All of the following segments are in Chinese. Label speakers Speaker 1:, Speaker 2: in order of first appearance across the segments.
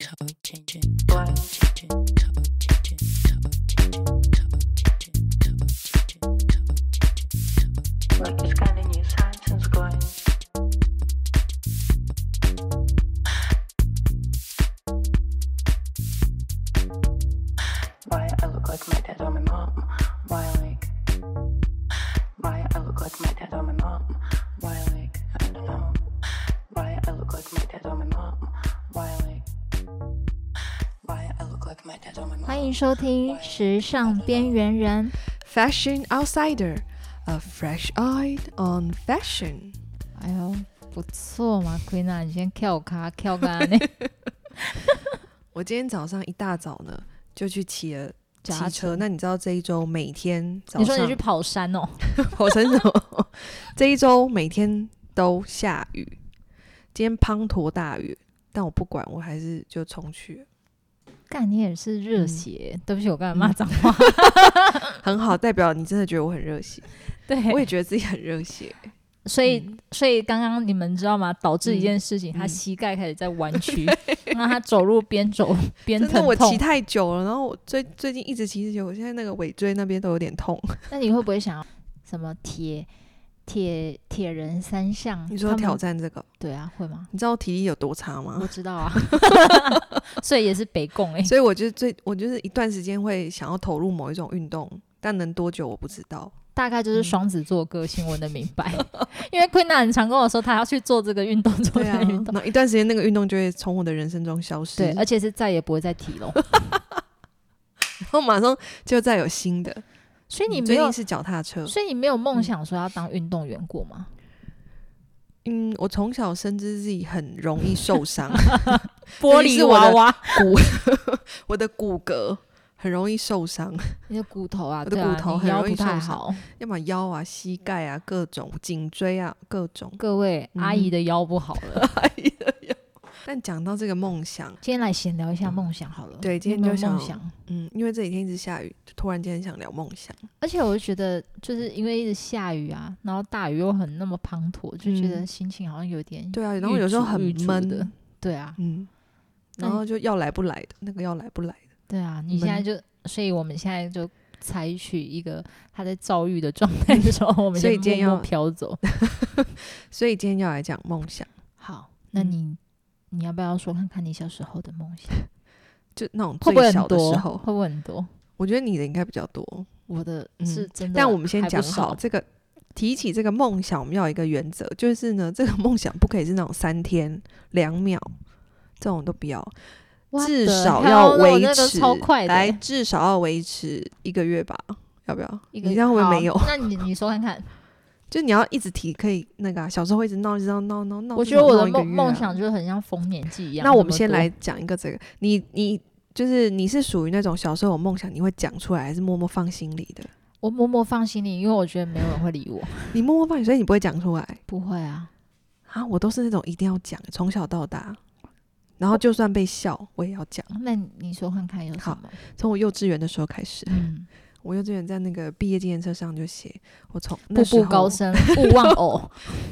Speaker 1: Code changing, code changing, code changing, code changing, code changing, code changing, code changing, code changing.
Speaker 2: Like it's kind of new science going. Why I look like my dad or my mom? Why like? Why I look like my dad or my mom? Why like? I don't know. Why I look like my dad or my mom? Why like? Why I look like my dad or my mom?
Speaker 3: 欢迎收听《时尚边缘人
Speaker 4: Fashion Outsider, a fresh eye on fashion。》。
Speaker 3: 哎呦，不错嘛，Queen 啊，你先跳咖跳咖 呢，
Speaker 4: 我今天早上一大早呢，就去骑了
Speaker 3: 脚踏
Speaker 4: 骑车。那你知道这一周每天早
Speaker 3: 你
Speaker 4: 上
Speaker 3: 说你 去跑山哦？
Speaker 4: 跑山什么？ 这一周每天都下雨，今天滂沱大雨，但我不管，我还是就冲去了，
Speaker 3: 干，你也是热血，对不起，我刚才骂脏 话。
Speaker 4: 很好，代表你真的觉得我很 热血，我也
Speaker 3: 对，
Speaker 4: 觉得自己很热血。
Speaker 3: 所以所以刚刚你们知道吗？导致一件事情，
Speaker 4: 嗯
Speaker 3: 他膝盖开始在弯 曲，那他走路边走边
Speaker 4: 真的，我
Speaker 3: 疼
Speaker 4: 骑
Speaker 3: 痛。
Speaker 4: 太久了，然后我最最近一直骑一直骑，我现在那个尾椎那边都有点痛。
Speaker 3: 那你会不会想要什么铁铁铁人三项？
Speaker 4: 你说
Speaker 3: 他们
Speaker 4: 挑？战这个，
Speaker 3: 对啊，会吗？
Speaker 4: 你知道我体力有多差吗？
Speaker 3: 我知道啊，所以也是北贡哎、
Speaker 4: 所以我就最我就是一段时间会想要投入某一种运动，但能多久我不知 道。
Speaker 3: 大概
Speaker 4: 嗯
Speaker 3: 就是双子座个性，我能明白。 因为 Queen 很常跟我说，她要去做这个运动，做那个运动，
Speaker 4: 啊那一段时间那个运动就会从我的人生中消失，
Speaker 3: 对，而且是再也不会再提了。
Speaker 4: 然后马上就再有新的。
Speaker 3: 所以你没
Speaker 4: 嗯最
Speaker 3: 有
Speaker 4: 近，是嗯脚踏车？
Speaker 3: 所以你没有梦想说要当运动员过吗？
Speaker 4: 嗯，我从小深知自己很容易 受伤，
Speaker 3: 玻
Speaker 4: 玻
Speaker 3: 璃
Speaker 4: 璃
Speaker 3: 娃
Speaker 4: 娃
Speaker 3: 娃，
Speaker 4: 我的骨骼很容易受伤，
Speaker 3: 你的骨头啊，
Speaker 4: 我的
Speaker 3: 对啊
Speaker 4: 骨头
Speaker 3: 你
Speaker 4: 很
Speaker 3: 腰
Speaker 4: 容易
Speaker 3: 不太
Speaker 4: 受伤
Speaker 3: 好。
Speaker 4: 要么腰啊、膝盖啊、各种颈椎啊、各种。
Speaker 3: 各位
Speaker 4: 嗯
Speaker 3: 阿姨的腰不好了，
Speaker 4: 哎呀呀但讲到这个梦想，
Speaker 3: 今天来闲聊一下梦想好了。
Speaker 4: 对今天
Speaker 3: 你有没有
Speaker 4: 就想
Speaker 3: 梦想。
Speaker 4: 嗯，因为这几天一直下雨，就突然间很想聊梦想。
Speaker 3: 而且我就觉得，就是因为一直下雨啊，然后大雨又很那么滂沱，就觉得
Speaker 4: 嗯
Speaker 3: 心情好像有点
Speaker 4: 对啊，然后有时候
Speaker 3: 郁卒
Speaker 4: 很
Speaker 3: 郁卒
Speaker 4: 闷
Speaker 3: 的。对啊，
Speaker 4: 嗯，
Speaker 3: 那
Speaker 4: 然
Speaker 3: 你
Speaker 4: 后就要来不来的那个要来不来的，
Speaker 3: 对啊，你现在
Speaker 4: 闷
Speaker 3: 就，所以我们现在就采取一个他在躁郁的状态的时候，我们
Speaker 4: 所以
Speaker 3: 先
Speaker 4: 今天
Speaker 3: 默
Speaker 4: 要
Speaker 3: 默飘走。
Speaker 4: 所以今天要来讲梦想，
Speaker 3: 好，那
Speaker 4: 嗯
Speaker 3: 你、你要不要说看看你小时候的梦 想
Speaker 4: 就那种
Speaker 3: 会不会
Speaker 4: 最
Speaker 3: 很
Speaker 4: 小的
Speaker 3: 多？
Speaker 4: 时
Speaker 3: 会
Speaker 4: 候，
Speaker 3: 不会很多？
Speaker 4: 我觉得你的应该比较多。
Speaker 3: 我的
Speaker 4: 嗯
Speaker 3: 是真的还不少，
Speaker 4: 但我们先讲好这个，提起这个梦想，我们要有一个原则，就是呢，这个梦想不可以是那种三天两秒这种都不要，
Speaker 3: What
Speaker 4: 至
Speaker 3: the
Speaker 4: 少
Speaker 3: hell？
Speaker 4: 要
Speaker 3: 那我
Speaker 4: 维
Speaker 3: 那个
Speaker 4: 持
Speaker 3: 超快的
Speaker 4: 来，
Speaker 3: 欸
Speaker 4: 至少要维持一个月吧，要不要？
Speaker 3: 一个
Speaker 4: 你这样会不
Speaker 3: 好
Speaker 4: 会没有？
Speaker 3: 那你你说看看，
Speaker 4: 就你要一直提，可以那个啊、小时候会一直闹，一直闹闹闹闹。
Speaker 3: 我觉得我的
Speaker 4: 闹一个
Speaker 3: 梦
Speaker 4: 月啊
Speaker 3: 梦想就是很像丰年祭一样。
Speaker 4: 那我们
Speaker 3: 么
Speaker 4: 先
Speaker 3: 多
Speaker 4: 来讲一个这个，你你就是你是属于那种小时候有梦想你会讲出来，还是默默放心里的？
Speaker 3: 我默默放心里，因为我觉得没有人会理我。
Speaker 4: 你默默放心，所以你 不会讲出来
Speaker 3: 不会啊，
Speaker 4: 啊？我都是那种一定要讲，从小到大，然后就算被笑我也要讲。
Speaker 3: 哦那你你说看看有什
Speaker 4: 好
Speaker 3: 么？
Speaker 4: 从我幼稚园的时候开始，
Speaker 3: 嗯，
Speaker 4: 我幼稚园在那个毕业纪念册上就写，我从
Speaker 3: 步
Speaker 4: 那时
Speaker 3: 步
Speaker 4: 候
Speaker 3: 高，升，勿忘 偶。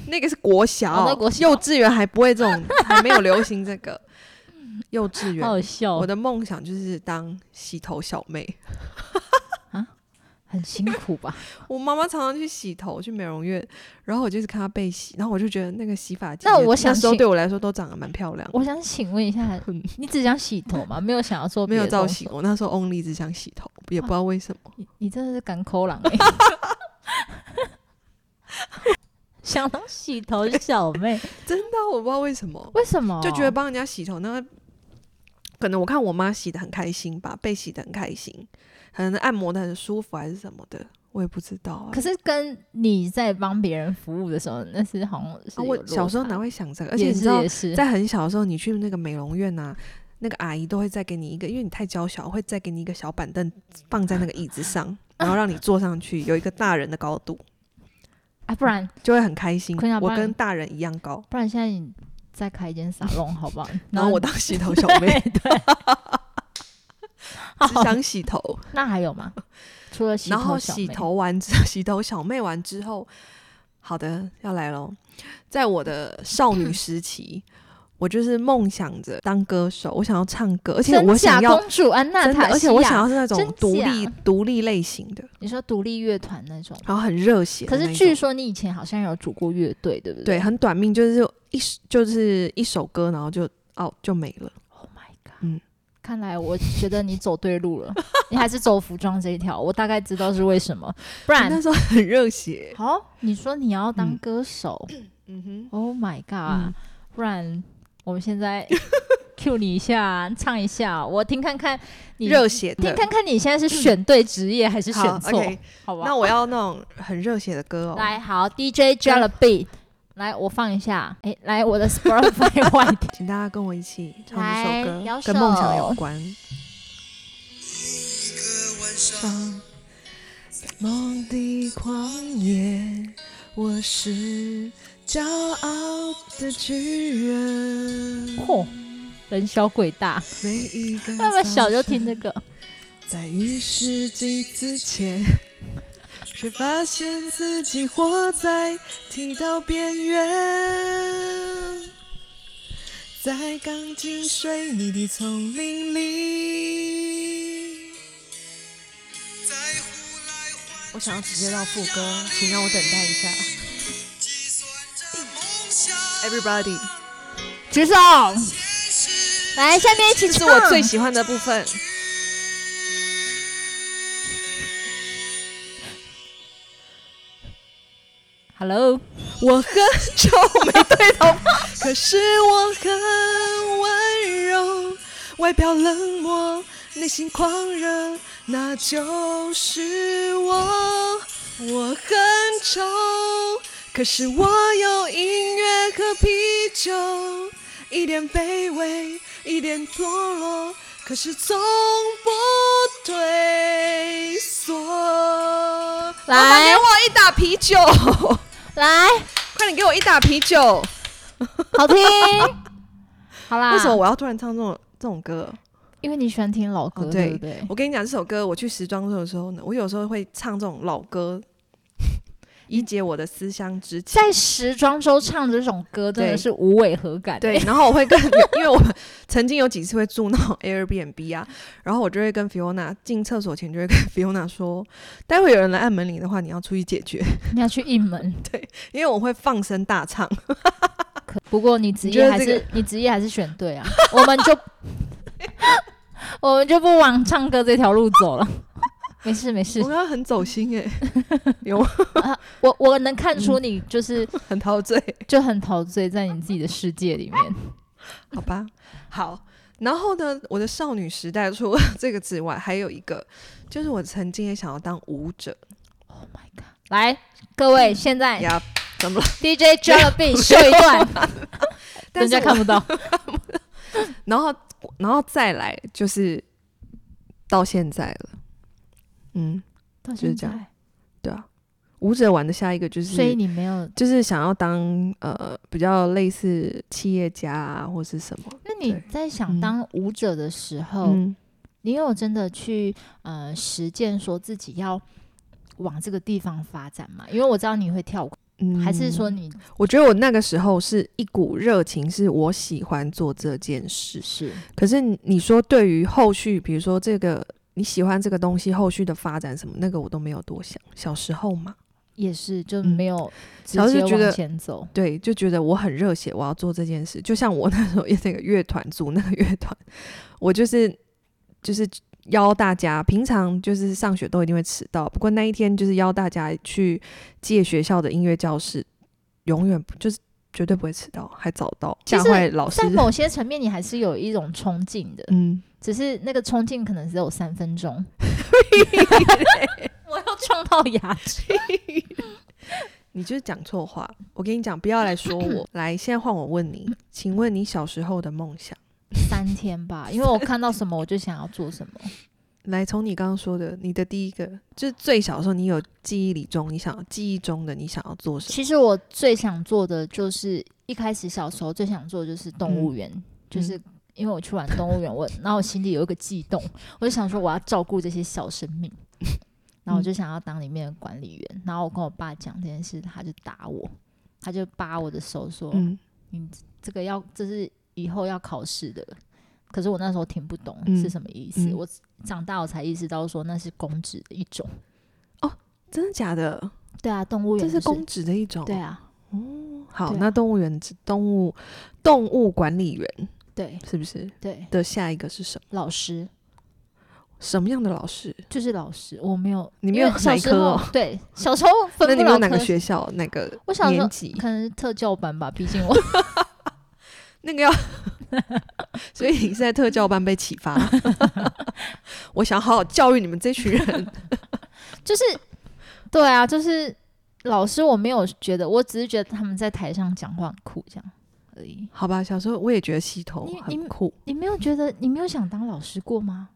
Speaker 4: 那个是国小，
Speaker 3: 哦那国小
Speaker 4: 幼稚园还不会这种，还没有流行这个。幼稚园
Speaker 3: 好，好笑哦，
Speaker 4: 我的梦想就是当洗头小妹。
Speaker 3: 很辛苦吧？
Speaker 4: 我妈妈常常去洗头，去美容院，然后我就是看她被洗，然后我就觉得那个洗发精，
Speaker 3: 那我想
Speaker 4: 那时候
Speaker 3: 请
Speaker 4: 对我来说都长得蛮漂亮的。
Speaker 3: 我想请问一下，你只想洗头吗？没有想要做
Speaker 4: 没
Speaker 3: 别啊
Speaker 4: 有
Speaker 3: 的
Speaker 4: 造
Speaker 3: 东
Speaker 4: 型
Speaker 3: 西，？
Speaker 4: 我那时候 only 只想洗头，也不知道为什么。
Speaker 3: 你你真的是敢抠狼、 欸！想当洗头小妹，
Speaker 4: 真的，啊我不知道为什么，
Speaker 3: 为什么？
Speaker 4: 就觉得帮人家洗头，那可能我看我妈洗的很开心吧，被洗的很开心，可能按摩的很舒服还是什么的，我也不知道、
Speaker 3: 可
Speaker 4: 啊。
Speaker 3: 是跟你在帮别人服务的时候，那是好像是、
Speaker 4: 啊，我小时候哪，会想这个，而且
Speaker 3: 也
Speaker 4: 你知
Speaker 3: 是
Speaker 4: 道
Speaker 3: 也，是，
Speaker 4: 在很小的时候，你去那个美容院啊，那个阿姨都会再给你一个，因为你太娇小，会再给你一个小板凳放在那个椅 子上，然后让你坐上去，有一个大人的高度，
Speaker 3: 啊，不然
Speaker 4: 就会很 开心
Speaker 3: 可以啊。不
Speaker 4: 我
Speaker 3: 然
Speaker 4: 跟大人一样 高，
Speaker 3: 不然现在你再开一间沙龙好不好？
Speaker 4: 然后我当洗头 小 妹，只
Speaker 3: 好，
Speaker 4: 想洗头。
Speaker 3: 那还有吗？除了洗头
Speaker 4: 然后
Speaker 3: 小
Speaker 4: 洗
Speaker 3: 妹
Speaker 4: 头完之 洗头小妹完之后，好的要来喽。在我的少女时期， 我就是梦想着当歌手，我想要唱歌，而且
Speaker 3: 真
Speaker 4: 我
Speaker 3: 假
Speaker 4: 想要
Speaker 3: 公主安娜
Speaker 4: 真的，
Speaker 3: 塔
Speaker 4: 而
Speaker 3: 西
Speaker 4: 且我想
Speaker 3: 亚，
Speaker 4: 要是那种
Speaker 3: 真
Speaker 4: 独立
Speaker 3: 假
Speaker 4: 独立类型的，
Speaker 3: 你说独立乐团那种。
Speaker 4: 然后很热血的
Speaker 3: 可
Speaker 4: 那一
Speaker 3: 是
Speaker 4: 种。
Speaker 3: 据说你以前好像有组过乐队，对不
Speaker 4: 对
Speaker 3: 对？
Speaker 4: 很短命，就是一首就是一首歌，然后就哦就没了。
Speaker 3: ，Oh my god！
Speaker 4: 嗯
Speaker 3: 看来我觉得你走对 路了，你还是走服装这一条，我大概知道是为什么。不
Speaker 4: 我
Speaker 3: 然
Speaker 4: 那，时候很热血，
Speaker 3: 好、你说你要当
Speaker 4: 嗯
Speaker 3: 歌手、
Speaker 4: 嗯哼，
Speaker 3: o h my god！、
Speaker 4: 嗯
Speaker 3: 不然我们现在 Q 你一下，唱一下，我听看看你
Speaker 4: 热血的
Speaker 3: 听。看看你现在是选对职业还是选
Speaker 4: 好
Speaker 3: 错，
Speaker 4: ，OK，
Speaker 3: 好吧？
Speaker 4: 那我要那种很热血的歌哦。
Speaker 3: 来好 DJ Jalabeat，来我放一下，哎，来我的 Spotify 坏掉。
Speaker 4: 请大家跟我一起唱
Speaker 3: 来
Speaker 4: 这首
Speaker 3: 摇
Speaker 4: 歌，跟梦
Speaker 3: 手
Speaker 4: 想有关。梦的狂野，我是骄傲的巨人。
Speaker 3: 嚯、人小鬼大，
Speaker 4: 每一 个
Speaker 3: 那么小就听这个，
Speaker 4: 在浴室镜子前，却发现自己活在剃刀边缘，在钢筋水泥的丛林里。我想要直接到副歌，请让我等待一下。Everybody，
Speaker 3: 举手。来，下面一起
Speaker 4: 这是
Speaker 3: 唱。
Speaker 4: 我最喜欢的部分。
Speaker 3: Hello，
Speaker 4: 我很久没对头，可是我很温柔，外表冷漠，内心狂热，那就是我。我很丑，可是我有音乐和啤酒，一点卑微，一点堕落，可是从不退缩。
Speaker 3: 来
Speaker 4: 老板给我一打啤酒。
Speaker 3: 来，
Speaker 4: 快点给我一打啤酒！
Speaker 3: 好听。 好啦，
Speaker 4: 为什么？我要突然唱这种这种歌？
Speaker 3: 因为你喜欢听老歌，
Speaker 4: 哦
Speaker 3: 对
Speaker 4: 对
Speaker 3: 不对？
Speaker 4: 我跟你讲，这首歌我去时装周的时候呢，我有时候会唱这种老歌，以解我的思乡之情。
Speaker 3: 在时装周唱这种歌，真的
Speaker 4: 对
Speaker 3: 是无违和感、
Speaker 4: 对
Speaker 3: 哎，，
Speaker 4: 然后我会跟， 因为我曾经有几次会住那种 Airbnb 啊，然后我就会跟 Fiona 进厕所前就会跟 Fiona 说，待会有人来按门铃的话，你要出去解决，
Speaker 3: 你要去应门。
Speaker 4: 因为我会放声大唱。
Speaker 3: 可不过你职
Speaker 4: 你觉
Speaker 3: 业
Speaker 4: 得
Speaker 3: 还是
Speaker 4: 这
Speaker 3: 你职业还是选对啊， 我们 就我们就不往唱歌这条路走了。 没事没事
Speaker 4: 我，刚刚很走心哎、
Speaker 3: 我我能看出你 就是
Speaker 4: 很陶醉。
Speaker 3: 就很陶醉在你自己的世界里面。
Speaker 4: 好吧，好。然后呢，我的少女时代除了 这个之外，还有一个就是我曾经也想要当舞者
Speaker 3: 来，各位，现在
Speaker 4: 嗯呀，怎么了？
Speaker 3: DJ Jalabi 秀一段， 人
Speaker 4: 但是
Speaker 3: 家
Speaker 4: 我
Speaker 3: 看不到。
Speaker 4: 然后然后再来就是到现在了，嗯，就是这样对啊，舞者玩的下一个就
Speaker 3: 所以
Speaker 4: 是
Speaker 3: 你没有，
Speaker 4: 就是想要当呃比较类似企业家啊或是什么，
Speaker 3: 那你
Speaker 4: 对
Speaker 3: 在想
Speaker 4: 嗯
Speaker 3: 当舞者的时候，
Speaker 4: 嗯，
Speaker 3: 你有真的去呃实践说自己要往这个地方发展吗？因为我知道你会跳舞，
Speaker 4: 嗯
Speaker 3: 还是说你
Speaker 4: 我觉得我那个时候是一股热情，是我喜欢做这件事。
Speaker 3: 是
Speaker 4: 可是你你说对于后续，比如说这个你喜欢这个东西，后续的发展什么，那个我都没有多想。小时候嘛，
Speaker 3: 也是就
Speaker 4: 嗯
Speaker 3: 没有直
Speaker 4: 然后
Speaker 3: 接
Speaker 4: 就觉得
Speaker 3: 往前走？
Speaker 4: 对，就觉得我很热血，我要做这件事。就像我那时候也那个乐团组那个乐团，我就是就是邀大家，平常就是上学都一定会迟到，不过那一天就是邀大家去借学校的音乐教室，永远不就是绝对不会迟到，还早到，
Speaker 3: 其
Speaker 4: 吓
Speaker 3: 实
Speaker 4: 坏老师
Speaker 3: 在。某些层面，你还是有一种冲劲的，
Speaker 4: 嗯，
Speaker 3: 只是那个冲劲可能只有三分 钟。我要撞到牙齿。
Speaker 4: 你就是讲错话。我跟你讲，不要来 说我。来，现在换我问你，请问你小时候的梦想？
Speaker 3: 三天吧，因为我看到什么我就想要做什么。
Speaker 4: 来，从你刚刚说的，你的第一个，就是最小的时候，你有记忆里中，你想记忆中的你想要做什么？
Speaker 3: 其实我最想做的就是一开始小时候最想做的就是动物园，就是因为我去玩动物园，我然后我心里有一个悸动，我就想说我要照顾这些小生 命，然后我就想要当里面的管理员。然后我跟我爸讲这件事，他就打我，他就扒我的手说：“
Speaker 4: 嗯，
Speaker 3: 这个要这是以后要考试的，可是我那时候听不懂
Speaker 4: 嗯
Speaker 3: 是什么意思。
Speaker 4: 嗯
Speaker 3: 我长大我才意识到说那是公职的一种。
Speaker 4: 真的假的？
Speaker 3: 对啊，动物园、
Speaker 4: 这
Speaker 3: 就是
Speaker 4: 公职的一种。
Speaker 3: 对啊，
Speaker 4: 好，
Speaker 3: 对啊
Speaker 4: 那动物园、动物、动物管理员
Speaker 3: 对
Speaker 4: 是不是
Speaker 3: 对，
Speaker 4: 的下一个是什么？
Speaker 3: 老师
Speaker 4: 什么样的老师？
Speaker 3: 就是老师，我没有，
Speaker 4: 你没
Speaker 3: 因为
Speaker 4: 有
Speaker 3: 小
Speaker 4: 哪一
Speaker 3: 时
Speaker 4: 科
Speaker 3: 候、
Speaker 4: 哦
Speaker 3: 对小时候分
Speaker 4: 那
Speaker 3: 不
Speaker 4: 你们有
Speaker 3: 了
Speaker 4: 哪个
Speaker 3: 科
Speaker 4: 学校、哪个
Speaker 3: 我小时
Speaker 4: 年
Speaker 3: 候
Speaker 4: 级？
Speaker 3: 可能是特教班吧，毕竟我
Speaker 4: 那个要， 所以你是在特教班被启 发。我想好好教育你们这群人。
Speaker 3: 就是对啊，就是老师我没有觉得，我只是觉得他们在台上讲话很酷这样而已。
Speaker 4: 好吧，小时候我也觉得系统
Speaker 3: 你你
Speaker 4: 很酷，
Speaker 3: 你没有觉得你没有想当老师过吗？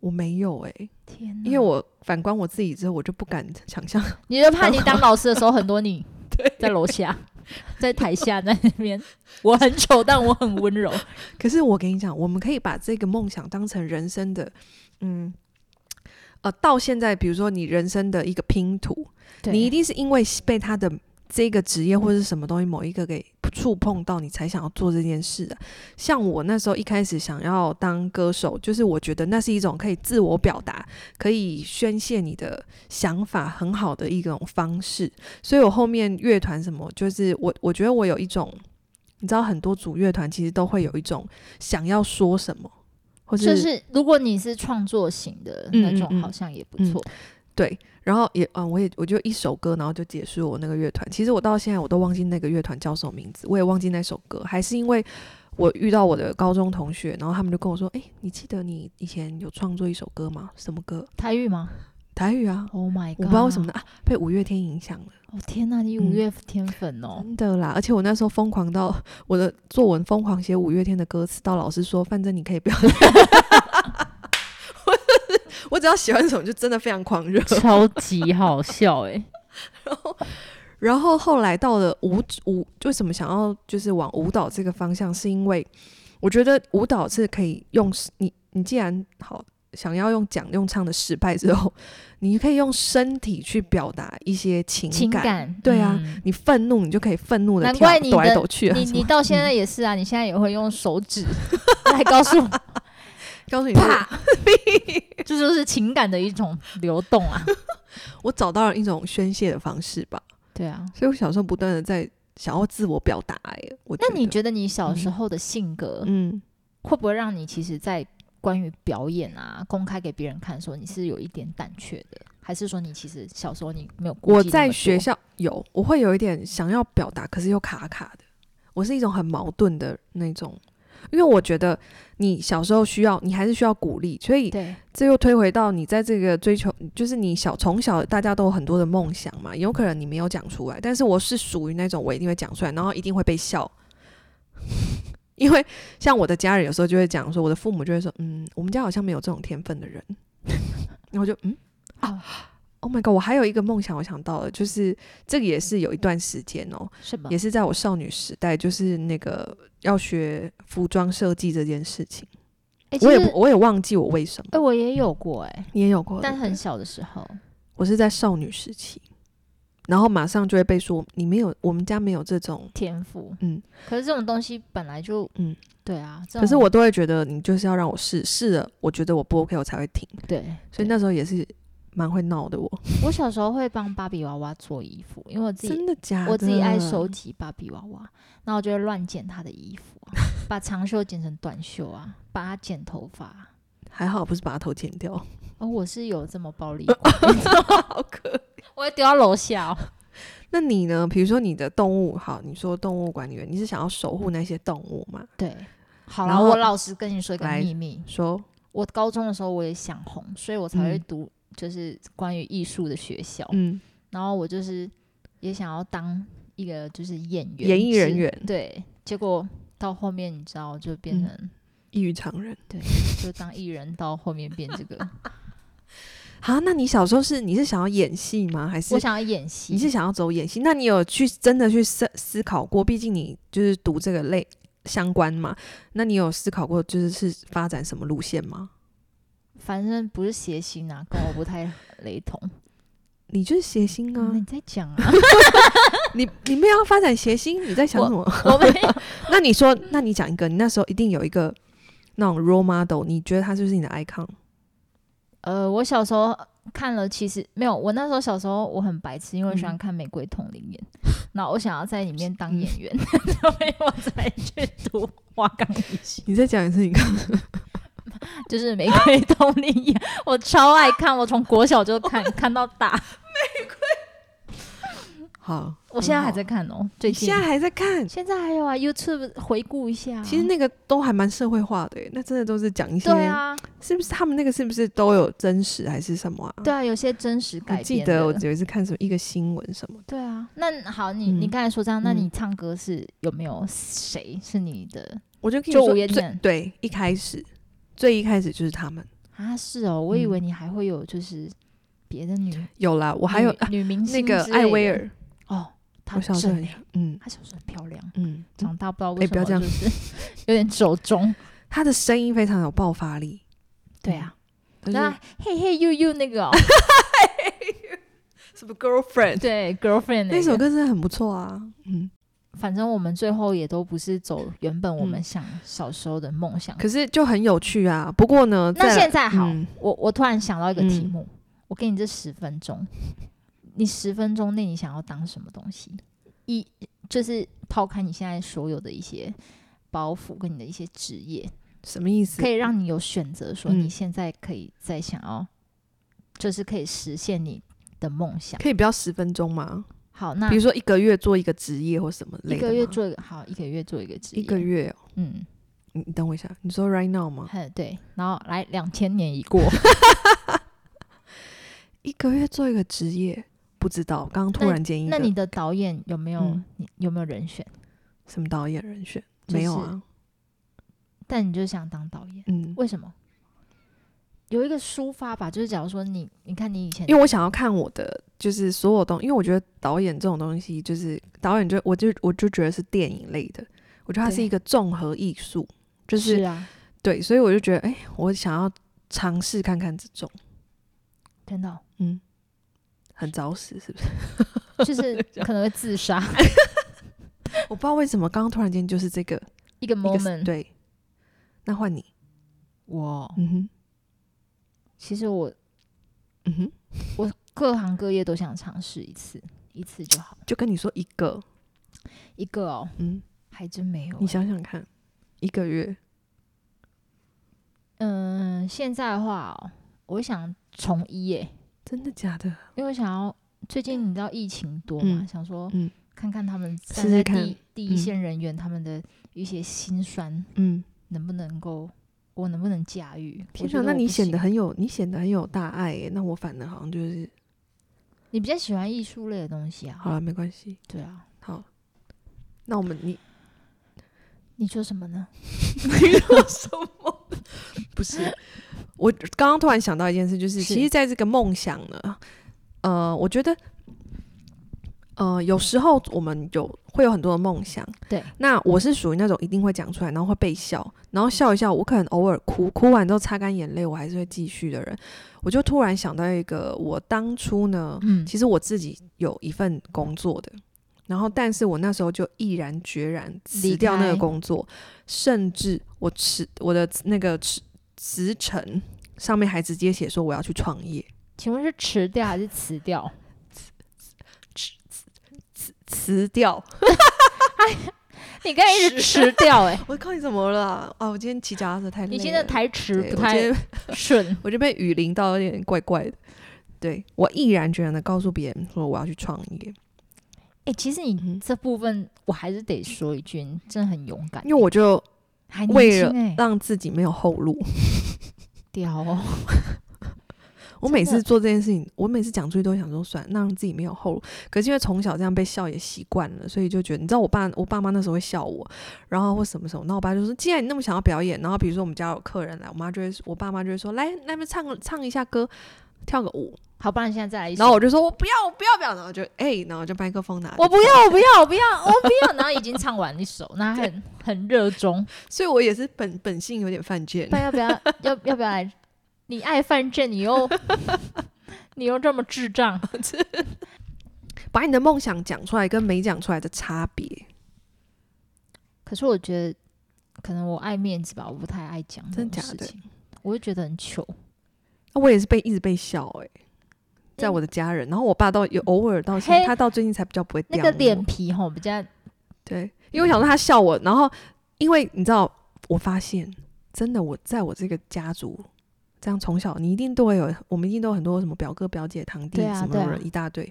Speaker 4: 我没有哎、
Speaker 3: 天哪，
Speaker 4: 因为我反观我自己之后，我就不敢想象。
Speaker 3: 你就怕你当老师的时候很多你在楼下，在台下在那边，我很丑，但我很 温柔。
Speaker 4: 可是我跟你讲，我们可以把这个梦想当成人生的，嗯，呃，到现在，比如说你人生的一个拼图，
Speaker 3: 对
Speaker 4: 你一定是因为被他的这个职业或者是什么东西某一个给触碰到，你才想要做这件事的。像我那时候一开始想要当歌手，就是我觉得那是一种可以自我表达、可以宣泄你的想法很好的一种方式。所以我后面乐团什么，就是我我觉得我有一种，你知道很多组乐团其实都会有一种想要说什么，或者
Speaker 3: 啊就是如果你是创作型的
Speaker 4: 嗯
Speaker 3: 那
Speaker 4: 嗯
Speaker 3: 种，
Speaker 4: 嗯
Speaker 3: 好像也不
Speaker 4: 嗯
Speaker 3: 错。
Speaker 4: 对，然后也嗯，我也我就一首歌，然后就结束我那个乐团。其实我到现在我都忘记那个乐团叫什么名字，我也忘记那首歌，还是因为我遇到我的高中同学，然后他们就跟我说：“哎、你记得你以前有创作一首歌吗？什么歌？
Speaker 3: 台语吗
Speaker 4: 台语啊。”
Speaker 3: ？Oh my god！
Speaker 4: 我不知道为什么呢啊，被五月天影响了，
Speaker 3: 哦天呐，你
Speaker 4: 嗯
Speaker 3: 五月天粉哦！
Speaker 4: 真的啦！而且我那时候疯狂到我的作文疯狂写五月天的歌词，到老师说，反正你可以不要。我 只要喜欢什么，就真的非常狂热。
Speaker 3: 超级好笑 哎、
Speaker 4: 然后，然后后来到了舞舞，为什么想要就是往舞蹈这个方向？是因为我觉得舞蹈是可以用你，你既然好想要用讲用唱的失败之后，你可以用身体去表达一些情感。
Speaker 3: 情感
Speaker 4: 对啊
Speaker 3: 嗯
Speaker 4: 你愤怒，你就可以愤怒的
Speaker 3: 难怪你
Speaker 4: 抖来
Speaker 3: 的
Speaker 4: 抖 去啊！
Speaker 3: 你
Speaker 4: 什
Speaker 3: 你
Speaker 4: 么
Speaker 3: 到现在也是啊，你现在也会用手 指来告诉我，
Speaker 4: 告诉你，
Speaker 3: 啪，这就是情感的一种流动 啊。
Speaker 4: 我找到了一种宣泄的方式吧。
Speaker 3: 对啊，
Speaker 4: 所以我小时候不断的在想要自我表达、欸。我
Speaker 3: 那你
Speaker 4: 觉
Speaker 3: 觉得你小时候的性格
Speaker 4: 得，嗯，
Speaker 3: 会不会让你其实，在关于表演啊，公开给别人看的时候，你是有一点胆怯的，还是说你其实小时候你没有顾忌
Speaker 4: 我
Speaker 3: 那
Speaker 4: 在
Speaker 3: 么
Speaker 4: 学
Speaker 3: 多
Speaker 4: 校有，我会有一点想要表达，可是又卡卡的。我是一种很矛盾的那种，因为我觉得你小时候需要，你还是需要鼓励，所以
Speaker 3: 对
Speaker 4: 这又推回到你在这个追求，就是你小从小大家都有很多的梦想嘛，有可能你没有讲出来，但是我是属于那种我一定会讲出来，然后一定会被笑。 因为像我的家人有时候就会讲说，我的父母就会说，嗯，我们家好像没有这种天分的人， 然后我就嗯。
Speaker 3: 啊？
Speaker 4: Oh my god！我还有一个梦想，我想到了，就是这个也是有一段时间哦，
Speaker 3: 什么
Speaker 4: 也？是在我少女时代，就是那个要学服装设计这件事情，
Speaker 3: 哎、其
Speaker 4: 我也
Speaker 3: 实
Speaker 4: 不我也忘记我为什
Speaker 3: 哎、
Speaker 4: 么。
Speaker 3: 我也有过哎、
Speaker 4: 你也有过，
Speaker 3: 但
Speaker 4: 对不
Speaker 3: 很
Speaker 4: 对
Speaker 3: 小的时候。
Speaker 4: 我是在少女时期，然后马上就会被说你没有，我们家没有这种，
Speaker 3: 天赋，
Speaker 4: 嗯，
Speaker 3: 可是这种东西本来就，
Speaker 4: 嗯
Speaker 3: 嗯，对啊，这
Speaker 4: 可是
Speaker 3: 种
Speaker 4: 我都会觉得你就是要让我试试了，我觉得我不 OK，我才会停。
Speaker 3: 对，
Speaker 4: 所
Speaker 3: 对
Speaker 4: 以那时候也是蛮会闹的我，
Speaker 3: 我小时候会帮芭比娃娃做衣服，因为我自己
Speaker 4: 真的假的？
Speaker 3: 我自己爱收，集芭比娃娃，然后我就会乱剪她的衣服啊、 把长袖剪成短袖啊，把她剪头发啊、
Speaker 4: 还好不是把头剪掉，
Speaker 3: 哦，我是有这么暴力过，
Speaker 4: 好可
Speaker 3: 我会丢到楼下、哦。
Speaker 4: 那你呢？比如说你的动物，好，你说动物管理员，你是想要守护那些动物吗？
Speaker 3: 对，好
Speaker 4: 然
Speaker 3: 了，我
Speaker 4: 后
Speaker 3: 老实跟你说一个
Speaker 4: 来
Speaker 3: 秘密，
Speaker 4: 说
Speaker 3: 我高中的时候我也想红，所以我才会
Speaker 4: 嗯
Speaker 3: 读就是关于艺术的学校，
Speaker 4: 嗯，
Speaker 3: 然后我就是也想要当一个就是演员，
Speaker 4: 演艺人员
Speaker 3: 对，结果到后面你知道就变
Speaker 4: 嗯
Speaker 3: 成、
Speaker 4: 异于常人
Speaker 3: 就当艺人，到后面变这 个，
Speaker 4: 啊？那你小时候是你是想要演戏吗？还是
Speaker 3: 我想要演戏，
Speaker 4: 你是想要走演戏？那你有去真的去思思考过？毕竟你就是读这个类相关嘛，那你有思考过就是是发展什么路线吗？
Speaker 3: 反正不是谐星啊，跟我不太雷同，
Speaker 4: 你就是谐星嗯啊
Speaker 3: 那，你在讲啊？
Speaker 4: 你你没有要发展谐星，你在想什么？
Speaker 3: 我没有，
Speaker 4: 那你说，那你讲一个，你那时候一定有一个那种 role model，你觉得他就是你的 icon？
Speaker 3: 呃，我小时候看了，其实没有。我那时候小时候我很白痴，因为我喜欢
Speaker 4: 嗯
Speaker 3: 看《玫瑰同龄眼》那我想要在里面当
Speaker 4: 嗯
Speaker 3: 演员， 所以我才去读花岗 一系，
Speaker 4: 你再讲一 次，你看，
Speaker 3: 就是《玫瑰同龄眼》，我超爱看，我从国小就看看到大，
Speaker 4: 好，
Speaker 3: 我现在
Speaker 4: 很
Speaker 3: 还
Speaker 4: 好
Speaker 3: 在看哦，最
Speaker 4: 你
Speaker 3: 近
Speaker 4: 现在还在看。
Speaker 3: 现在还有啊，YouTube 回顾一下啊、
Speaker 4: 其实那个都还蛮社会化的耶，那真的都是讲一些，嗯
Speaker 3: 对啊，
Speaker 4: 是不是他们那个是不是都有真实还是什么啊？
Speaker 3: 对啊，有些真实
Speaker 4: 我
Speaker 3: 改
Speaker 4: 记
Speaker 3: 编
Speaker 4: 得
Speaker 3: 的。
Speaker 4: 我有一次看什么一个新闻什么的，
Speaker 3: 对啊，那好，你你
Speaker 4: 嗯
Speaker 3: 刚才说这样，那你
Speaker 4: 嗯
Speaker 3: 唱歌是有没有谁是你的
Speaker 4: 我就跟你
Speaker 3: 就
Speaker 4: 说
Speaker 3: 五月
Speaker 4: 最
Speaker 3: 天
Speaker 4: 对，一开始最一开始就是他们
Speaker 3: 啊？是
Speaker 4: 嗯
Speaker 3: 哦，我以为你还会有就是别的女
Speaker 4: 有啦，我还有、
Speaker 3: 女
Speaker 4: 啊
Speaker 3: 女嗯明星、
Speaker 4: 那个艾薇儿，
Speaker 3: 哦，她
Speaker 4: 我小时
Speaker 3: 真
Speaker 4: 候很
Speaker 3: 欸，
Speaker 4: 嗯
Speaker 3: 她小时候很漂亮，
Speaker 4: 嗯，
Speaker 3: 长大不知道为
Speaker 4: 哎
Speaker 3: 什
Speaker 4: 不要
Speaker 3: 么
Speaker 4: 这
Speaker 3: 就
Speaker 4: 样
Speaker 3: 是 有点走中。
Speaker 4: 他的声音非常有爆发力，嗯
Speaker 3: 对啊，
Speaker 4: 就是
Speaker 3: 那嘿嘿呦呦那 个哦，
Speaker 4: 什么 girlfriend
Speaker 3: 对 girlfriend
Speaker 4: 那
Speaker 3: 那
Speaker 4: 首
Speaker 3: 个，
Speaker 4: 歌真的很不错啊，嗯，
Speaker 3: 反正我们最后也都不是走原本我们
Speaker 4: 嗯
Speaker 3: 想小时候的梦想。
Speaker 4: 可是就很有趣啊。不过呢，
Speaker 3: 那
Speaker 4: 再来
Speaker 3: 现在好
Speaker 4: 嗯，
Speaker 3: 我我突然想到一个题
Speaker 4: 嗯
Speaker 3: 目，我给你这十分钟，你十分钟内你想要当什么东西？一就是抛开你现在所有的一些包袱跟你的一些职业，
Speaker 4: 什么意思？
Speaker 3: 可以让你有选择，说你
Speaker 4: 嗯
Speaker 3: 现在可以再想要，就是可以实现你的梦想。
Speaker 4: 可以不要十分钟吗？
Speaker 3: 好，那
Speaker 4: 比如说一个月做一个职业或什么
Speaker 3: 嗯
Speaker 4: 类
Speaker 3: 一
Speaker 4: 的
Speaker 3: 个月
Speaker 4: 吗
Speaker 3: 做一个好，一个月做一个职业，
Speaker 4: 一个，月、哦，
Speaker 3: 嗯，
Speaker 4: 你你等我一下，你说 right now 吗？
Speaker 3: 嘿嗯对，然后来两千年一过，
Speaker 4: 一个月做一个职业，不知道，刚刚突然间一
Speaker 3: 那
Speaker 4: 个
Speaker 3: 你的导演有没有、
Speaker 4: 嗯
Speaker 3: 你有没有人选？
Speaker 4: 什么导演人选、
Speaker 3: 就是
Speaker 4: 没有啊？
Speaker 3: 但你就想当导演，
Speaker 4: 嗯，
Speaker 3: 为什么？有一个抒发吧，就是假如说你，你看你以前
Speaker 4: 因为我想要看我的就是所有东，因为我觉得导演这种东西，就是导演就我就我就觉得是电影类的，我觉得它
Speaker 3: 对
Speaker 4: 是一个综合艺术，就是
Speaker 3: 是啊，
Speaker 4: 对，所以我就觉得，哎、我想要尝试看看这种，
Speaker 3: 真的哦、
Speaker 4: 嗯，很早死是不 是？
Speaker 3: 就是 可能会自杀
Speaker 4: 我不知道为什么刚刚突然间就是这个
Speaker 3: 一个
Speaker 4: 一个
Speaker 3: moment。哦
Speaker 4: 对，那换你，
Speaker 3: 我
Speaker 4: 嗯哼，
Speaker 3: 其实我
Speaker 4: 嗯哼，
Speaker 3: 我各行各业都想尝试一次，一次就好。
Speaker 4: 就跟你说一个，
Speaker 3: 一个哦，
Speaker 4: 嗯，
Speaker 3: 还真没有
Speaker 4: 你
Speaker 3: 欸。
Speaker 4: 想想看，一个月，
Speaker 3: 嗯，现在的话、哦，我想从医耶，
Speaker 4: 真的假的？
Speaker 3: 因为我想要最近你知道疫情多嘛，
Speaker 4: 嗯
Speaker 3: 想说
Speaker 4: 嗯
Speaker 3: 看看他们
Speaker 4: 试
Speaker 3: 站在
Speaker 4: 试
Speaker 3: 第
Speaker 4: 看
Speaker 3: 一第一
Speaker 4: 嗯
Speaker 3: 线人员他们的一些辛酸，
Speaker 4: 嗯，
Speaker 3: 能不能够我能不能驾驭？我
Speaker 4: 天
Speaker 3: 觉得
Speaker 4: 哪，那
Speaker 3: 我
Speaker 4: 你
Speaker 3: 不
Speaker 4: 显
Speaker 3: 行
Speaker 4: 得很有，你显得很有大爱耶。那我反而好像就是，
Speaker 3: 你比较喜欢艺术类的东西啊？
Speaker 4: 好了，没关系，
Speaker 3: 对啊，
Speaker 4: 好，那我们你
Speaker 3: 你说什么呢？
Speaker 4: 不是， 我刚刚突然想到一件事，就是
Speaker 3: 是
Speaker 4: 其实在这个梦想呢，呃，我觉得，呃，有时候我们有会有很多的梦想，
Speaker 3: 对，
Speaker 4: 那我是属于那种一定会讲出来，然后会被笑，然后笑一笑，我可能偶尔哭，哭完之后擦干眼泪，我还是会继续的人。我就突然想到一个，我当初呢，
Speaker 3: 嗯，
Speaker 4: 其实我自己有一份工作的，然后但是我那时候就毅然决然
Speaker 3: 离
Speaker 4: 辞掉那
Speaker 3: 开
Speaker 4: 个工作，甚至我辞我的那个辞辞呈上面还直接写说我要去创业，
Speaker 3: 请问是辞掉还是辞 掉？
Speaker 4: 辞掉。
Speaker 3: 你刚才一直辞 掉哎、
Speaker 4: 我靠，你怎么了啊？啊我今天骑脚踏车太累了，
Speaker 3: 你现在台词不
Speaker 4: 对我今
Speaker 3: 太
Speaker 4: 天
Speaker 3: 顺。
Speaker 4: 我就被雨淋到，有点怪怪的。对我毅然决然的告诉别人说我要去创业，
Speaker 3: 哎、其实你
Speaker 4: 嗯
Speaker 3: 这部分我还是得说一句，你真的很勇敢欸、
Speaker 4: 因为我就
Speaker 3: 还年
Speaker 4: 为了
Speaker 3: 轻哎、
Speaker 4: 让自己没有后路，
Speaker 3: 屌哦，
Speaker 4: 我
Speaker 3: 真的
Speaker 4: 每次做这件事情，我每次讲出去都想说算，那让自己没有后路。可是因为从小这样被笑也习惯了，所以就觉得，你知道我爸我爸妈那时候会笑我，然后或什么什么，那我爸就说，既然你那么想要表演，然后比如说我们家有客人来，我妈就会，我爸妈就会说，来，那边唱唱一下歌，跳个舞，
Speaker 3: 好，不然现在再来一首。
Speaker 4: 然后我就说我不要，我不要，不要，然后就哎、然后就麦克风拿，
Speaker 3: 我不要，我不要，我不要，我不要。然后已经唱完一首，那很很热衷。
Speaker 4: 所以我也是本本性有点犯贱
Speaker 3: 不。然要不要，要要不要来？你爱犯贱，你又你又这么智障，
Speaker 4: 把你的梦想讲出来跟没讲出来的差别。
Speaker 3: 可是我觉得可能我爱面子吧，我不太爱讲这
Speaker 4: 真
Speaker 3: 种
Speaker 4: 假
Speaker 3: 事
Speaker 4: 的
Speaker 3: 情，我就觉得很糗。
Speaker 4: 那我也是被一直被笑哎、在
Speaker 3: 嗯
Speaker 4: 我的家人，然后我爸到有偶尔到现在，
Speaker 3: 嘿
Speaker 4: 他到最近才比较不会
Speaker 3: 那
Speaker 4: 掉
Speaker 3: 个
Speaker 4: 我
Speaker 3: 脸皮吼比较
Speaker 4: 对，因为我想说他笑我，然后因为你知道，我发现真的我在我这个家族，这样从小你一定都会有，我们一定都有很多什么表哥表姐堂弟
Speaker 3: 对啊
Speaker 4: 什么
Speaker 3: 对
Speaker 4: 人、
Speaker 3: 啊
Speaker 4: 一大堆，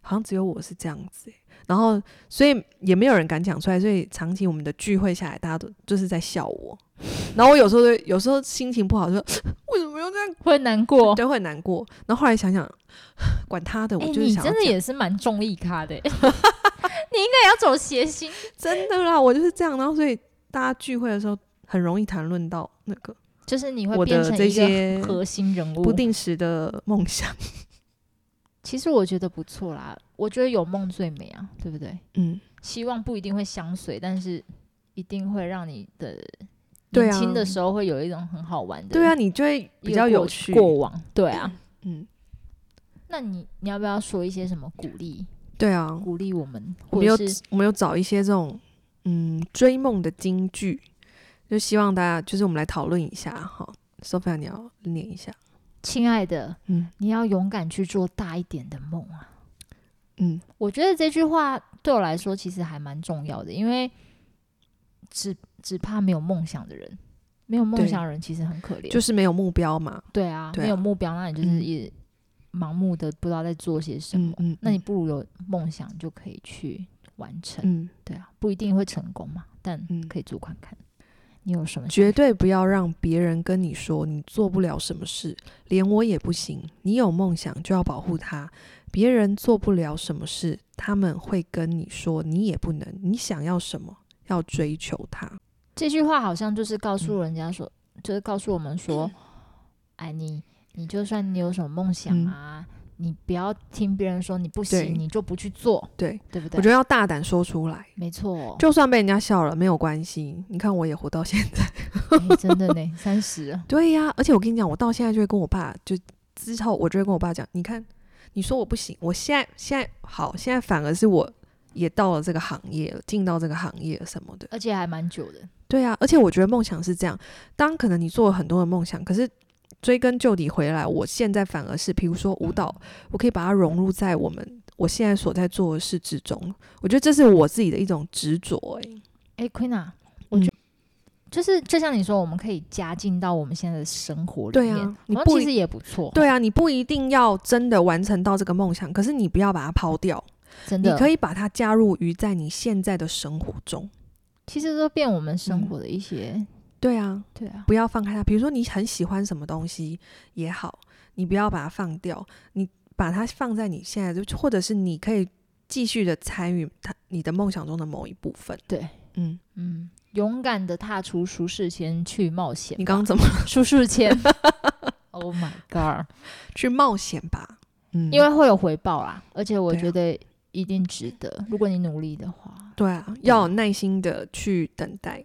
Speaker 4: 好像只有我是这样子欸、然后所以也没有人敢讲出来，所以长期我们的聚会下来，大家都就是在笑我，然后我有时候就有时候心情不好就说 为什么要这样，
Speaker 3: 会难过。
Speaker 4: 对，会很难过。然后后来想想， 管他的，我
Speaker 3: 哦哎、
Speaker 4: 就是
Speaker 3: 你
Speaker 4: 想要
Speaker 3: 真的
Speaker 4: 讲
Speaker 3: 也是蛮重力咖的欸、 你应该也要走谐星。
Speaker 4: 真的啦，我就是这样。然后所以大家聚会的时候很容易谈论到那个
Speaker 3: 就是你会
Speaker 4: 我的
Speaker 3: 变成
Speaker 4: 这
Speaker 3: 一
Speaker 4: 些
Speaker 3: 个核心人物。
Speaker 4: 不定时的梦想。
Speaker 3: 其实我觉得不错啦，我觉得有梦最美啊，对不对？
Speaker 4: 嗯，
Speaker 3: 希望不一定会相随，但是一定会让你的
Speaker 4: 对
Speaker 3: 年
Speaker 4: 啊
Speaker 3: 轻的时候会有一种很好玩的
Speaker 4: 对啊，你就会
Speaker 3: 一个
Speaker 4: 比较有
Speaker 3: 过
Speaker 4: 趣。
Speaker 3: 过往。对啊，
Speaker 4: 嗯，
Speaker 3: 那你你要不要说一些什么鼓励
Speaker 4: 对啊，
Speaker 3: 鼓励我们，或
Speaker 4: 我们
Speaker 3: 者
Speaker 4: 有
Speaker 3: 是
Speaker 4: 我们有找一些这种嗯追梦的金句，就希望大家就是我们来讨论一下哈。Sophia，你要念一下。
Speaker 3: 亲爱的，
Speaker 4: 嗯
Speaker 3: 你要勇敢去做大一点的梦啊！
Speaker 4: 嗯，
Speaker 3: 我觉得这句话对我来说其实还蛮重要的，因为只只怕没有梦想的人，没有梦
Speaker 4: 对
Speaker 3: 想的人其实很可怜。
Speaker 4: 就是没有目标嘛。
Speaker 3: 对啊，
Speaker 4: 对啊
Speaker 3: 没有目标，那你就
Speaker 4: 嗯
Speaker 3: 是一直盲目的不知道在做些什么
Speaker 4: 嗯。嗯，
Speaker 3: 那你不如有梦想就可以去完成。
Speaker 4: 嗯
Speaker 3: 对啊，不一定会成功嘛，但
Speaker 4: 嗯
Speaker 3: 可以做看看。你有什么想
Speaker 4: 绝对不要让别人跟你说你做不了什么事，连我也不行。你有梦想就要保护它，别人做不了什么事，他们会跟你说你也不能。你想要什么，要追求它。
Speaker 3: 这句话好像就是告
Speaker 4: 嗯
Speaker 3: 诉人家说，就是告诉我们说，哎，你你就算你有什么梦想啊，你不要听别人说你不
Speaker 4: 嗯对
Speaker 3: 行，你就不去做，
Speaker 4: 对
Speaker 3: 对不对？
Speaker 4: 我觉得要大胆说出来，
Speaker 3: 没错，
Speaker 4: 就算被人家笑了没有关系。你看我也活到现在，
Speaker 3: 哎真的呢， 三十了，
Speaker 4: 对呀、而且我跟你讲，我到现在就会跟我爸，就之后我就会跟我爸讲，你看，你说我不行，我现在现在好，现在反而是我也到了这个行业了，进到这个行业了什么的。
Speaker 3: 而且还蛮久的。
Speaker 4: 对啊，而且我觉得梦想是这样，当可能你做了很多的梦想，可是追根究底回来，我现在反而是，比如说舞蹈，我可以把它融入在我们我现在所在做的事之中。我觉得这是我自己的一种执着、欸。
Speaker 3: 哎，Queen 啊，我觉得。就是就像你说，我们可以加进到我们现在的生活里
Speaker 4: 对
Speaker 3: 面，
Speaker 4: 啊你
Speaker 3: 然后
Speaker 4: 不
Speaker 3: 其
Speaker 4: 一
Speaker 3: 实也不错，
Speaker 4: 对，啊，你不一定要真的完成到这个梦想，可是你不要把它抛掉，
Speaker 3: 真
Speaker 4: 你
Speaker 3: 的，
Speaker 4: 可
Speaker 3: 以
Speaker 4: 以把它加入于在你现在的生活中。
Speaker 3: 其实都变我们生
Speaker 4: 嗯
Speaker 3: 活的一些，
Speaker 4: 对啊，
Speaker 3: 对啊，
Speaker 4: 不要放开它。比如说你很喜欢什么东西也好，你不要把它放掉，你把它放在你现在就，或者是你可以继续的参与它你的梦想中的某一部分。
Speaker 3: 对，
Speaker 4: 嗯，
Speaker 3: 嗯，勇敢的踏出舒适圈去冒险
Speaker 4: 你。刚刚怎么
Speaker 3: 舒适圈。oh my god！
Speaker 4: 去冒险吧？嗯，
Speaker 3: 因为会有回报啦，而且我
Speaker 4: 对啊
Speaker 3: 觉得一定值得，如果你努力的话。
Speaker 4: 对啊，要有耐心的去等待。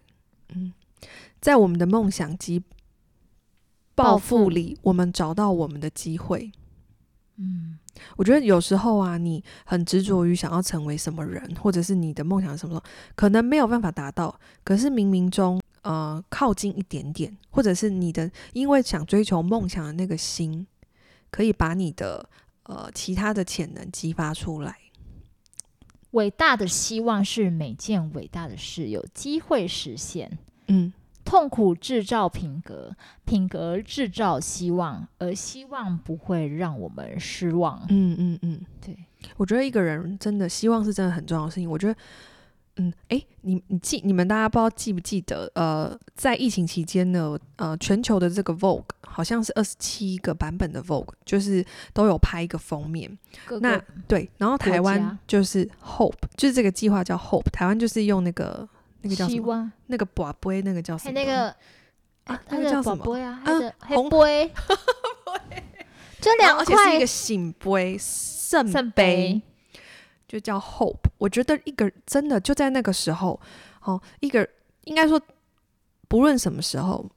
Speaker 4: 嗯，在我们的梦想及抱
Speaker 3: 抱
Speaker 4: 负
Speaker 3: 负
Speaker 4: 里，我们找到我们的机会。
Speaker 3: 嗯，
Speaker 4: 我觉得有时候啊，你很执着于想要成为什么人，或者是你的梦想是什么，可能没有办法达到，可是冥冥中呃靠近一点点，或者是你的因为想追求梦想的那个心，可以把你的呃其他的潜能激发出来。
Speaker 3: 伟大的希望是每件伟大的事有机会实现。
Speaker 4: 嗯，
Speaker 3: 痛苦制造品格，品格制造希望，而希望不会让我们失望。
Speaker 4: 嗯嗯嗯，
Speaker 3: 对，
Speaker 4: 我觉得一个人真的希望是真的很重要的事情。我觉得，嗯，诶，你你记你们大家不知道记不记得？呃，在疫情期间呢，呃，全球的这个 Vogue 好像是二十七个版本的 Vogue，就是都有拍一个封面。
Speaker 3: 各
Speaker 4: 那
Speaker 3: 个
Speaker 4: 对，然后台
Speaker 3: 国
Speaker 4: 湾
Speaker 3: 家
Speaker 4: 就是 Hope，就是这个计划叫 Hope，台湾就是用那个那个叫什
Speaker 3: 希
Speaker 4: 么？
Speaker 3: 望，
Speaker 4: 那个宝贝那个叫什
Speaker 3: 还
Speaker 4: 么？
Speaker 3: 那个
Speaker 4: 啊
Speaker 3: 他
Speaker 4: 那个叫
Speaker 3: 的宝
Speaker 4: 什么？
Speaker 3: 贝啊，他的黑
Speaker 4: 红
Speaker 3: 杯， 这
Speaker 4: 然后
Speaker 3: 两
Speaker 4: 而且是一
Speaker 3: 块
Speaker 4: 个醒杯圣
Speaker 3: 圣
Speaker 4: 杯
Speaker 3: 杯。
Speaker 4: 就叫 hope。我觉得一个真的就在那个时候，哦，一个应该说不论什么时候，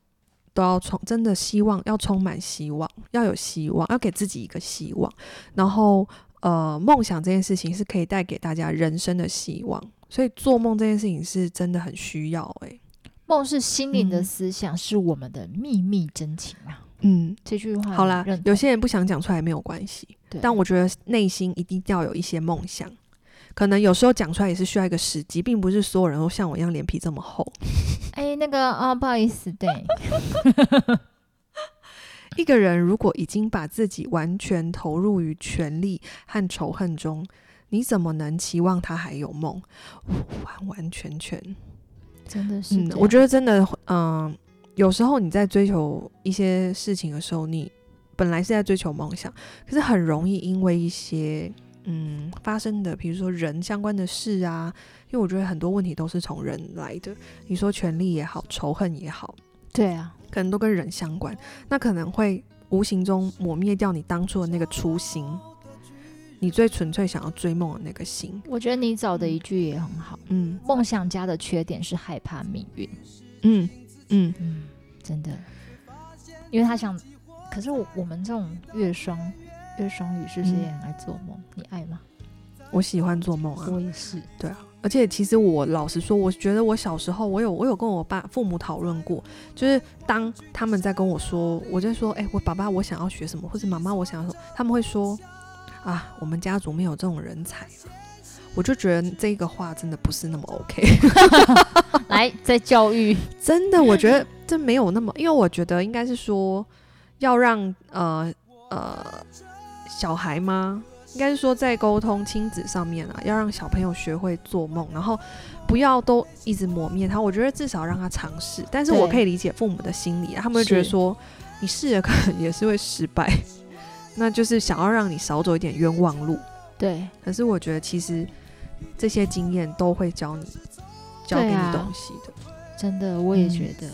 Speaker 4: 都要充，真的希望要充满希望，要有希望，要给自己一个希望。然后，呃，梦想这件事情是可以带给大家人生的希望，所以做梦这件事情是真的很需要、欸。诶，
Speaker 3: 梦是心灵的
Speaker 4: 嗯
Speaker 3: 思想，是我们的秘密真情啊。
Speaker 4: 嗯，
Speaker 3: 这句话
Speaker 4: 好啦
Speaker 3: 你认，
Speaker 4: 有
Speaker 3: 同
Speaker 4: 些人不想讲出来没有关系，
Speaker 3: 对
Speaker 4: 但我觉得内心一定要有一些梦想。可能有时候讲出来也是需要一个时机，并不是所有人都像我一样脸皮这么厚。
Speaker 3: 哎，那个啊，不好意思，对，
Speaker 4: 一个人如果已经把自己完全投入于权力和仇恨中，你怎么能期望他还有梦？完完全全，
Speaker 3: 真的是
Speaker 4: 嗯
Speaker 3: 这，
Speaker 4: 我
Speaker 3: 样
Speaker 4: 觉得真的，嗯、有时候你在追求一些事情的时候，你本来是在追求梦想，可是很容易因为一些嗯发生的，比如说人相关的事啊，因为我觉得很多问题都是从人来的。你说权力也好，仇恨也好，
Speaker 3: 对啊，
Speaker 4: 可能都跟人相关，那可能会无形中抹灭掉你当初的那个初心，你最纯粹想要追梦的那个心。
Speaker 3: 我觉得你找的一句也很好。
Speaker 4: 嗯
Speaker 3: 梦想家的缺点是害怕命运，
Speaker 4: 嗯嗯，
Speaker 3: 嗯，真的，因为他想，可是我我们这种月双月双语是不是
Speaker 4: 嗯
Speaker 3: 也很爱做梦？你爱吗？
Speaker 4: 我喜欢做梦啊。
Speaker 3: 我也是，
Speaker 4: 对啊，而且其实我老实说，我觉得我小时候，我有我有跟我爸父母讨论过，就是当他们在跟我说，我就说，哎、我爸爸我想要学什么，或者妈妈我想要什么，他们会说，啊，我们家族没有这种人才啊。我就觉得这个话真的不是那么 OK，
Speaker 3: 来在教育，
Speaker 4: 真的，我 觉得这没有那么，因为我觉得应该是说要让呃呃小孩吗？应该是说在沟通亲子上面啊，要让小朋友学会做梦，然后不要都一直磨灭他。我觉得至少让他尝试，但是我
Speaker 3: 对
Speaker 4: 可以理解父母的心理啊，他们会觉得
Speaker 3: 是
Speaker 4: 说你试了可能也是会失败， 那就是想要让你少走一点冤枉路。
Speaker 3: 对
Speaker 4: 可是我觉得其实这些经验都会教你教给
Speaker 3: 对
Speaker 4: 你
Speaker 3: 啊
Speaker 4: 东西的。
Speaker 3: 真的，我也
Speaker 4: 嗯
Speaker 3: 觉得，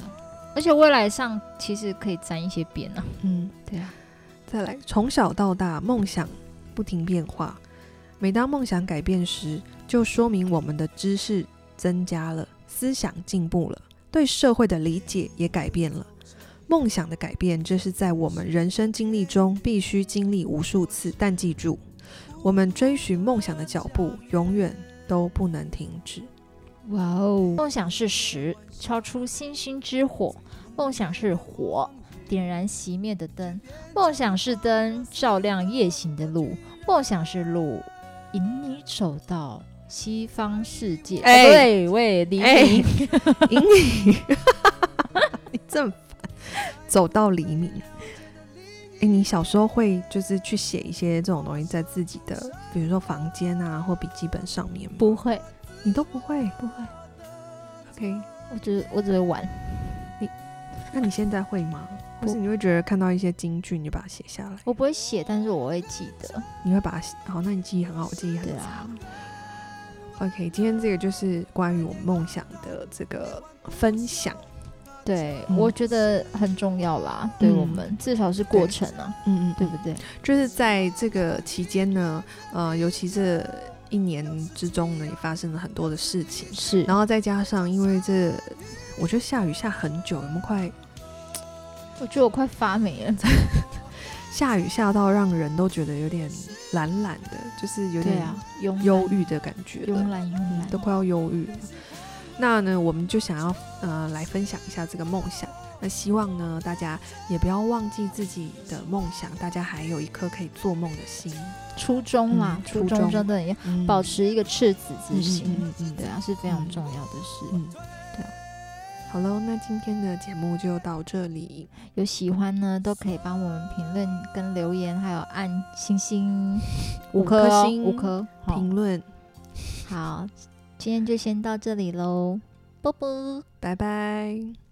Speaker 3: 而且未来上其实可以沾一些边啊。
Speaker 4: 嗯，
Speaker 3: 对啊，
Speaker 4: 再来，从小到大，梦想不停变化。每当梦想改变时，就说明我们的知识增加了，思想进步了，对社会的理解也改变了。梦想的改变，这是在我们人生经历中必须经历无数次。但记住，我们追寻梦想的脚步永远都不能停止。
Speaker 3: 哇哦，梦想是石，超出星星之火；梦想是火，点燃熄灭的灯；梦想是灯，照亮夜行的路；梦想是路，引你走到西方世界。
Speaker 4: 哎
Speaker 3: 哦对喂，黎
Speaker 4: 哎
Speaker 3: 明，
Speaker 4: 引你， 你这么烦，走到黎明。哎、你小时候会就是去写一些这种东西在自己的，比如说房间啊或笔记本上面吗？
Speaker 3: 不会，
Speaker 4: 你都不会。
Speaker 3: 不会，
Speaker 4: OK，
Speaker 3: 我只我只会玩。
Speaker 4: 那你现在会吗？
Speaker 3: 不
Speaker 4: 或是你会觉得看到一些金句，你就把它写下来，
Speaker 3: 我不会写，但是我会记得。
Speaker 4: 你会把它写好？那你记忆很好，我记忆很
Speaker 3: 对
Speaker 4: 差。
Speaker 3: 啊，
Speaker 4: OK，今天这个就是关于我们梦想的这个分享。
Speaker 3: 对，
Speaker 4: 嗯
Speaker 3: 我觉得很重要啦，对
Speaker 4: 嗯
Speaker 3: 我们至少是过程啊，
Speaker 4: 嗯嗯
Speaker 3: 对不对？
Speaker 4: 就是在这个期间呢，呃，尤其这一年之中呢，也发生了很多的事情，
Speaker 3: 是，
Speaker 4: 然后再加上因为这，我觉得下雨下很久，有没有快
Speaker 3: 我觉得我快发霉了。
Speaker 4: 下雨下到让人都觉得有点懒懒的，就是有
Speaker 3: 对
Speaker 4: 点
Speaker 3: 啊，慵懒
Speaker 4: 忧郁的感觉了
Speaker 3: 慵懒慵懒
Speaker 4: 都快要忧郁了。那呢，我们就想要呃来分享一下这个梦想。那希望呢，大家也不要忘记自己的梦想，大家还有一颗可以做梦的心，
Speaker 3: 初中啦，
Speaker 4: 嗯
Speaker 3: 初
Speaker 4: 初
Speaker 3: 中
Speaker 4: 中
Speaker 3: 真的也
Speaker 4: 嗯
Speaker 3: 保持一个赤子之心，
Speaker 4: 嗯嗯嗯嗯
Speaker 3: 对啊，是非常重要的事。
Speaker 4: 嗯，对啊。好喽，那今天的节目就到这里。
Speaker 3: 有喜欢呢，都可以帮我们评论跟留言，还有按星星
Speaker 4: 五
Speaker 3: 颗
Speaker 4: 颗
Speaker 3: 哦
Speaker 4: 星
Speaker 3: 五颗。好，
Speaker 4: 评论，
Speaker 3: 好，今天就先到这里喽，啵啵。
Speaker 4: 拜拜。